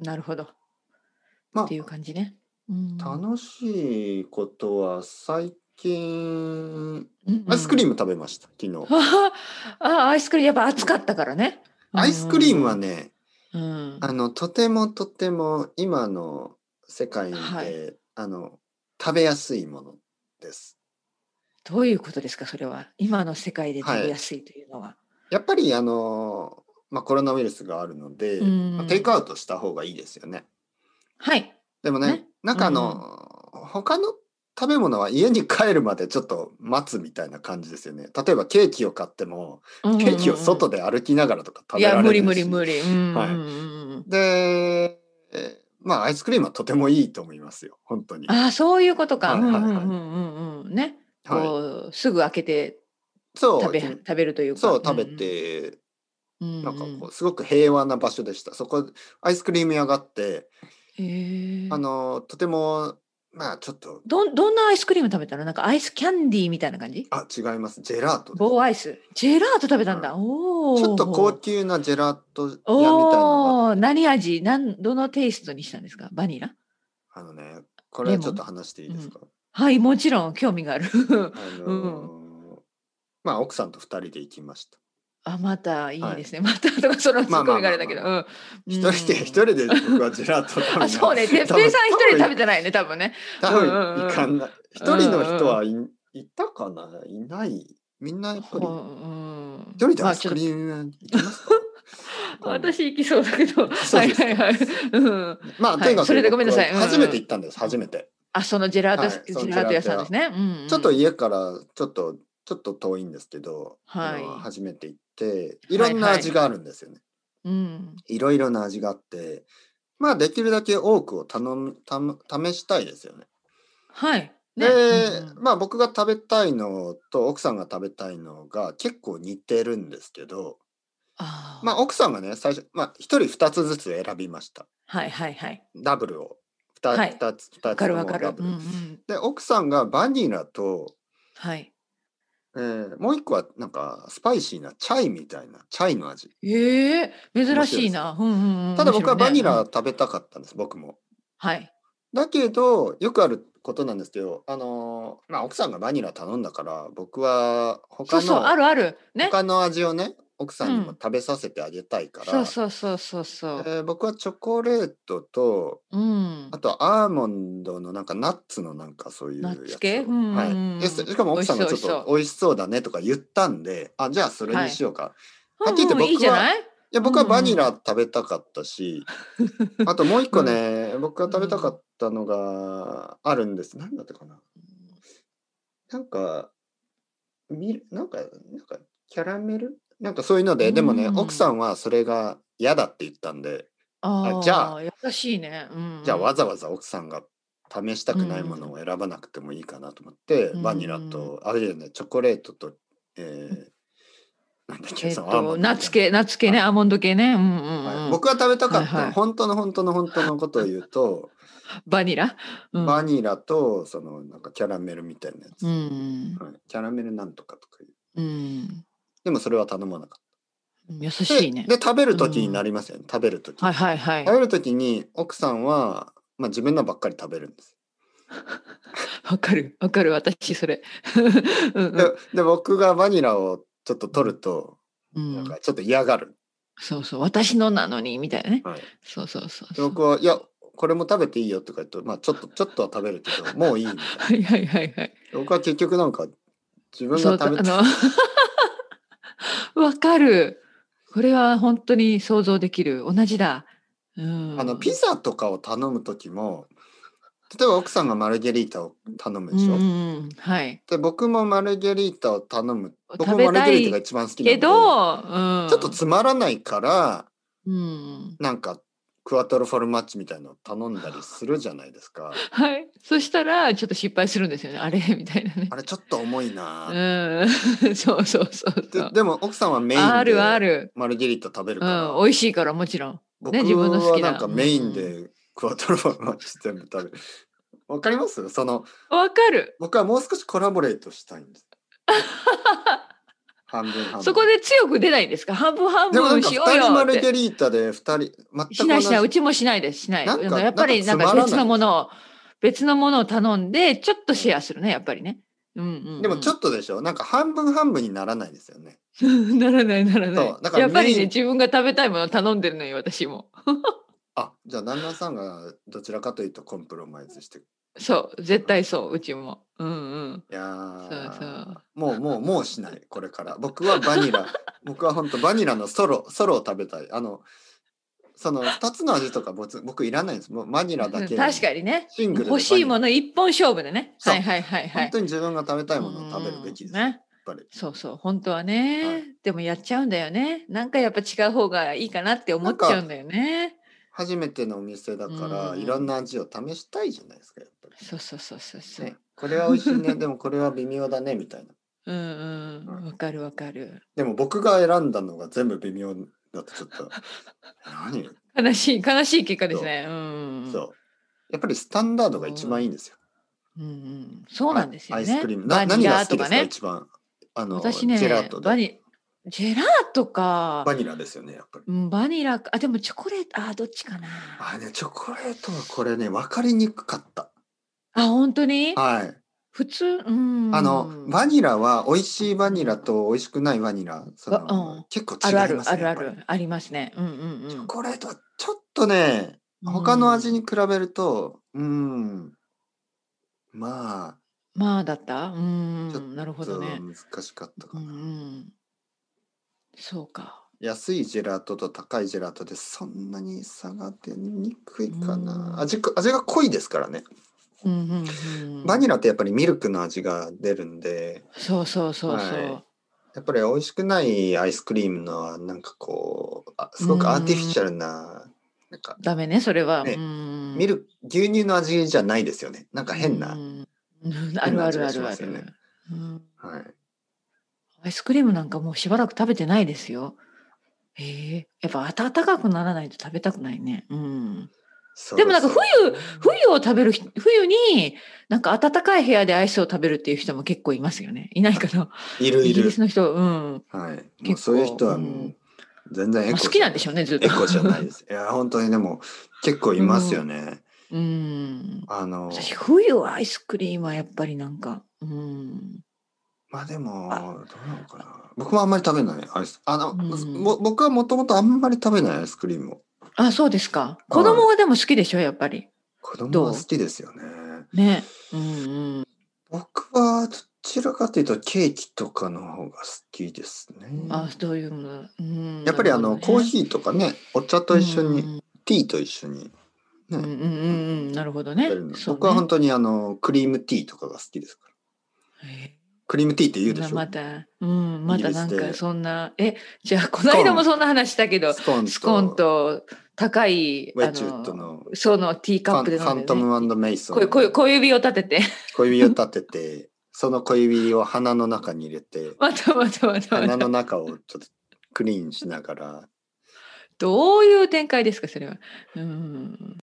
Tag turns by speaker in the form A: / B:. A: なるほど。
B: ま
A: っ
B: あ
A: ていう感じね。うん
B: 楽しいことは最近
A: うん
B: アイスクリーム食べました、昨日。
A: あ あアイスクリームやっぱ暑かったからね。
B: アイスクリームはね、
A: うん、
B: あのとてもとても今の世界で、
A: はい
B: あの食べやすいものです。
A: どういうことですかそれは今の世界で食べやすいというのは。
B: やっぱりあのまあコロナウイルスがあるので、
A: うん
B: まあテイクアウトした方がいいですよね。
A: はい、
B: でもね、
A: ね
B: なんかあの、他の食べ物は家に帰るまでちょっと待つみたいな感じですよね。例えばケーキを買っても、
A: うんうんうん
B: ケーキを外で歩きながらとか食
A: い
B: べられ
A: や
B: ないし
A: 無理無理無理。うん
B: はい
A: うんうんうん
B: で、えーまあアイスクリームはとてもいいと思いますよ、本当に。
A: ああそういうことか。
B: は
A: う
B: い
A: んう
B: はい
A: ん
B: はい
A: うんうんうんね。
B: は
A: こうすぐ開けて
B: い、そう
A: 食べ食べるというか。
B: そう食べて、
A: うんうん、
B: なんかこ
A: う
B: うすごく平和な場所でした。そこアイスクリーム屋があって、
A: んへえ
B: あのとてもまあちょっと
A: どんどんなアイスクリーム食べたのなんかアイスキャンディーみたいな感じ
B: あ違いますジェラートです。
A: 棒アイスジェラート食べたんだ、おお
B: ちょっと高級なジェラート屋みたいなのが
A: おおー何味なんどのテイストにしたんですかバニラ
B: あのねこれはちょっと話していいですか、
A: はいもちろん興味がある
B: あのーまあ奥さんと二人で行きました
A: あまたいいですね、またとかそのツッコミがあれだけど
B: ま
A: うん
B: 一人
A: うん
B: で一人で僕はジェラートを食べ
A: あそうね哲
B: 多
A: 平
B: 分
A: さん一人で食べてないね多分ね
B: 多分行かんない一人の人はい,、いたかないないみんなやっぱり
A: ほうん
B: 一人で
A: ま
B: ア
A: あ
B: イス
A: ちょ
B: ク
A: っと
B: リーム屋に行きますか、
A: 私行きそうだけど
B: そう
A: は
B: で
A: い
B: すか
A: はいはい、うん、
B: まあとにか
A: はい
B: く
A: それでごめんなさい
B: 僕は初めて行ったんです初めて、
A: あそのジェラート、
B: はい
A: ジ
B: その
A: ェラート屋さんですね、うんうん
B: ちょっと家からちょっとちょっと遠いんですけど、
A: はい
B: あの初めて行っていろんな味があるんですよね、
A: うん
B: いろいろな味があって、まあできるだけ多くを頼むたむ試したいですよね。
A: はい
B: で、
A: うんうん
B: まあ僕が食べたいのと奥さんが食べたいのが結構似てるんですけど、
A: あー
B: まあ奥さんがね最初まあ一人二つずつ選びました。
A: はいはいはい
B: ダブルを二、
A: はい
B: 二つ二
A: わか
B: つと
A: るわ
B: も
A: か
B: ダ
A: る、
B: ブ
A: うんう
B: ル。
A: ん、
B: で奥さんがバニラと、
A: はい
B: えーもう一個はなんかスパイシーなチャイみたいなチャイの味。
A: ええ珍しいな。うんうんうん
B: ただ僕はバニ。
A: 面白い
B: ラ
A: ね
B: 食べたかったんです、僕も。
A: はい。
B: だけどよくあることなんですけど、あのーまあ、奥さんがバニラ頼んだから僕は
A: そ
B: 他
A: う
B: の
A: そう、あるある。ね。
B: 他の味をね奥さんにも
A: うん
B: 食べさせてあげたいから、
A: そうそうそうそうそう。
B: えー僕はチョコレートと
A: うん
B: あ。とアーモンドのなんかナッツのなんかそういう
A: ナ
B: や
A: ッ
B: つ
A: ツ系
B: を
A: うん
B: はい、でしかも奥さんがちょっ
A: 美味しそう
B: と美味しそうだねとか言ったんであじゃあそれにしようか、はっきり言って
A: うんうんいいじゃない
B: いや僕は
A: うんうんう
B: バ
A: ん
B: ニラ食べたかったし、あともう一 個ね、僕が食べたかったのがあるんです。なんだったかななんか、みなんか、なんか、キャラメルなんかそういうので、でもね、
A: うん
B: 奥さんはそれが嫌だって言ったんで、
A: ああ、
B: じゃあ
A: 優しいね。うんうん
B: じゃあわざわざ奥さんが試したくないものを選ばなくてもいいかなと思って、
A: うん
B: バニラと、あれだよね、チョコレートと、えー、なんだっけ、
A: えっ
B: そのアーモ
A: と、
B: ンドみたいな
A: ナッツ系、ナッツ系ね、
B: は
A: アーモンド系ね。うんうんうん
B: はい、僕が食べたかった、
A: はいはい
B: 本当の本当の本当のことを言うと、
A: バニラ。うん
B: バニラとそのなんかキャラメルみたいなやつ、
A: うん
B: はい、キャラメルなんとかとかいう
A: うん。
B: でもそれは頼まなかっ
A: 優
B: たで
A: しいね。
B: で食べる時になりますよね、食べる時
A: はいはいはい
B: 食。べる時に奥さんは、まあ、自分のばっかり食べるんです
A: わかる、わかる、私、それ。 うんうん
B: でで僕がバニラをちょっと取ると、
A: うん
B: なんかちょっと嫌がる、
A: そうそう、私のなのに、みたいなね。
B: はい、で
A: そうそうそうそう。
B: 僕はいやこれも食べていいよとか言うと、まあ、ちょっとちょっとは食べるけどもういいみたいな
A: はいはいはいはい。
B: 僕は結局なんか自分
A: そ
B: が
A: う、あ
B: 食べて
A: の、 わかる。これは本当に想像できる。同じだ。うん。
B: あのピザとかを頼む時も例えば奥さんがマルゲリータを頼むでしょ、
A: うんうんうん、はい。
B: で僕もマルゲリータを頼む僕も
A: 食べた
B: マ
A: い
B: ルゲリータが一番好きなん
A: け
B: だけど
A: ど、うん、
B: ちょっとつまらないから
A: うん。
B: なんかクワトロフォルマッチみたいのを頼んだりするじゃないです か
A: はい。そしたら、ちょっと失敗するんですよね。あれ みたいなね
B: あ。れちょっと重いな、
A: うん。 そうそうそうそ
B: で
A: う。
B: でも奥さんはメイン
A: あるあ
B: で
A: る。
B: マルゲリータ食べる
A: う
B: から、
A: ん。美味しいから、もちろん。
B: 僕
A: ね自分の好
B: は
A: きな
B: なんかメインでクワトロフォルマッチ全部食べるわかりますその
A: わかる。
B: 僕はもう少しコラボレートしたいんです半分半分。
A: そこで強く出ないんですか半分半
B: でもなん
A: 分
B: か
A: しよ
B: 2
A: う
B: 人
A: よ
B: マ
A: っ
B: ル
A: て
B: ゲリータで2人、
A: し
B: 全く
A: な
B: 同
A: い
B: じ
A: しない、うちもしないです、しない。
B: なんか
A: やっぱり
B: な
A: なんん
B: かつま
A: から別
B: ない
A: のものを、別のものを頼んで、ちょっとシェアするね、やっぱりね。うんうんうん、
B: でもちょっとでしょなんか半分半分にならないですよね。
A: と ならないならな
B: そう
A: い
B: だから
A: やっぱり
B: メイ
A: ね
B: ン
A: 自分が食べたいものを頼んでるのよ私も
B: あじゃあ旦那さんがどちらかというとコンプロマイズしてい
A: そう絶対そううちもうんうん
B: やー
A: そうそう
B: もうもうもうしないこれから僕はバ ニラ僕は本当バニラのソロソロを食べたいあのその2つの味とか僕僕いらないんですもうバニラだけ
A: 確かにね
B: シングルで
A: 欲しいも
B: の
A: の一本勝負でね
B: そう
A: はいはいはいはい
B: 本当に自分が食べたいものを食べるべきです、
A: うん
B: やっ
A: ね
B: ぱり
A: そうそう本当はね、
B: はい
A: でもやっちゃうんだよねなんかやっぱ違う方がいいかなって思っちゃうんだよね
B: 初めてのお店だから
A: うん
B: いろんな味を試したいじゃないですかやっぱり
A: そうそうそうそうそう、
B: ね、これは美味しいねでもこれは微妙だねみたいな
A: うんうん
B: はい
A: わかるわかる
B: でも僕が選んだのが全部微妙だとちょっ と何
A: 悲しい悲しい結果ですねうんうん
B: そうやっぱりスタンダードが一番いいんですよ
A: うんうんそうなんですよね
B: アイスクリーム
A: バ
B: な
A: ニ
B: 何が
A: ラ
B: 好き
A: と
B: で
A: か
B: すか
A: ね
B: 一番あの
A: 私ね
B: ジェラートで
A: バ
B: バニ
A: ニジェラートか
B: ラですよねやっぱり
A: うんバニラかあでもチョコレートあどっちかな
B: あねチョコレートはこれね分かりにくかった
A: あ本当に
B: はい
A: 普通うん
B: あのバニラは美味しいバニラと美味しくないバニラその、
A: わうん
B: 結構
A: あ
B: 違い
A: るある
B: ます
A: あ
B: ね
A: る
B: や
A: あ
B: っぱり
A: るありますねうんうん
B: チ
A: う
B: ョ
A: ん
B: コレートはちょっとね他の味に比べるとうんまあ
A: まあだったう
B: ちょっ
A: ん
B: と
A: なるほどね
B: 難しかったか
A: う
B: な、
A: んうんそうか
B: 安いジェラートと高いジェラートでそんなに差が出にくいか
A: うん
B: な味く味が濃いですからね
A: うんうんうん
B: バニラってやっぱりミルクの味が出るんで
A: そうそうそうそう、
B: はやっぱり美味しくないアイスクリームのはなんかこうあすごくアーティフィシャルななんか
A: ダメねそれは、
B: ね
A: うん
B: ミルク牛乳の味じゃないですよねなんか変な、
A: うんうんあるあるあるあ
B: 変な味がしますよね
A: る、うん
B: はい、
A: アイスクリームなんかもうしばらく食べてないですよへえやっぱ暖かくならないと食べたくないねうん
B: そう
A: でもなんか
B: そう
A: 冬冬を食べる人冬になんか暖かい部屋でアイスを食べるっていう人も結構いますよねいないかない
B: る
A: イ
B: い
A: ギ
B: る
A: リスの人うん、
B: はい、もう
A: 結
B: そういう
A: 構
B: 人は
A: うん
B: もう全然
A: ま
B: エコ
A: あ、好
B: じ
A: き
B: ゃ
A: なんでしょうねずっと
B: エコじゃないです。いや本当にでも結構いますよね。
A: うん
B: あの
A: 私冬はアイスクリームはやっぱりなんかうん
B: まあでも
A: あ
B: どうなのかな。僕はあんまり食べないアイス。あの、
A: うん
B: ぼ僕はもともとあんまり食べないアイスクリームを。
A: あそうですか子供がでも好きでしょやっぱり
B: 子供は好きですよね。
A: ねうんうん
B: 僕はどちらかというとケーキとかの方が好きですね。
A: あそういうの、うん、
B: やっぱりあの、コー
A: ー
B: ヒーとかね、お茶と一緒に、ティーと一緒に
A: うんうんうんうんうんなるほどね
B: 食べるの。
A: そうね
B: 僕は本当にあのクリームティーとかが好きですから。
A: へ
B: クリームティーって
A: え
B: 言うでしょ。
A: またうんまたなん
B: イギリスで
A: かそんなえじゃあこの間もそんな話したけど
B: スコーンと
A: スコーンと高い
B: ウェチュットの
A: そのティー
B: フ
A: カ
B: ァ
A: ップ
B: ン
A: で
B: フ
A: 飲
B: ァ
A: ん
B: ン
A: で、
B: ト
A: ね、
B: ムメイソン
A: こうこう小指を立てて
B: 小指を立ててその小指を鼻の中に入れて
A: またまたまたま
B: 鼻
A: た
B: の中をちょっとクリーンしながら
A: どういう展開ですかそれはうん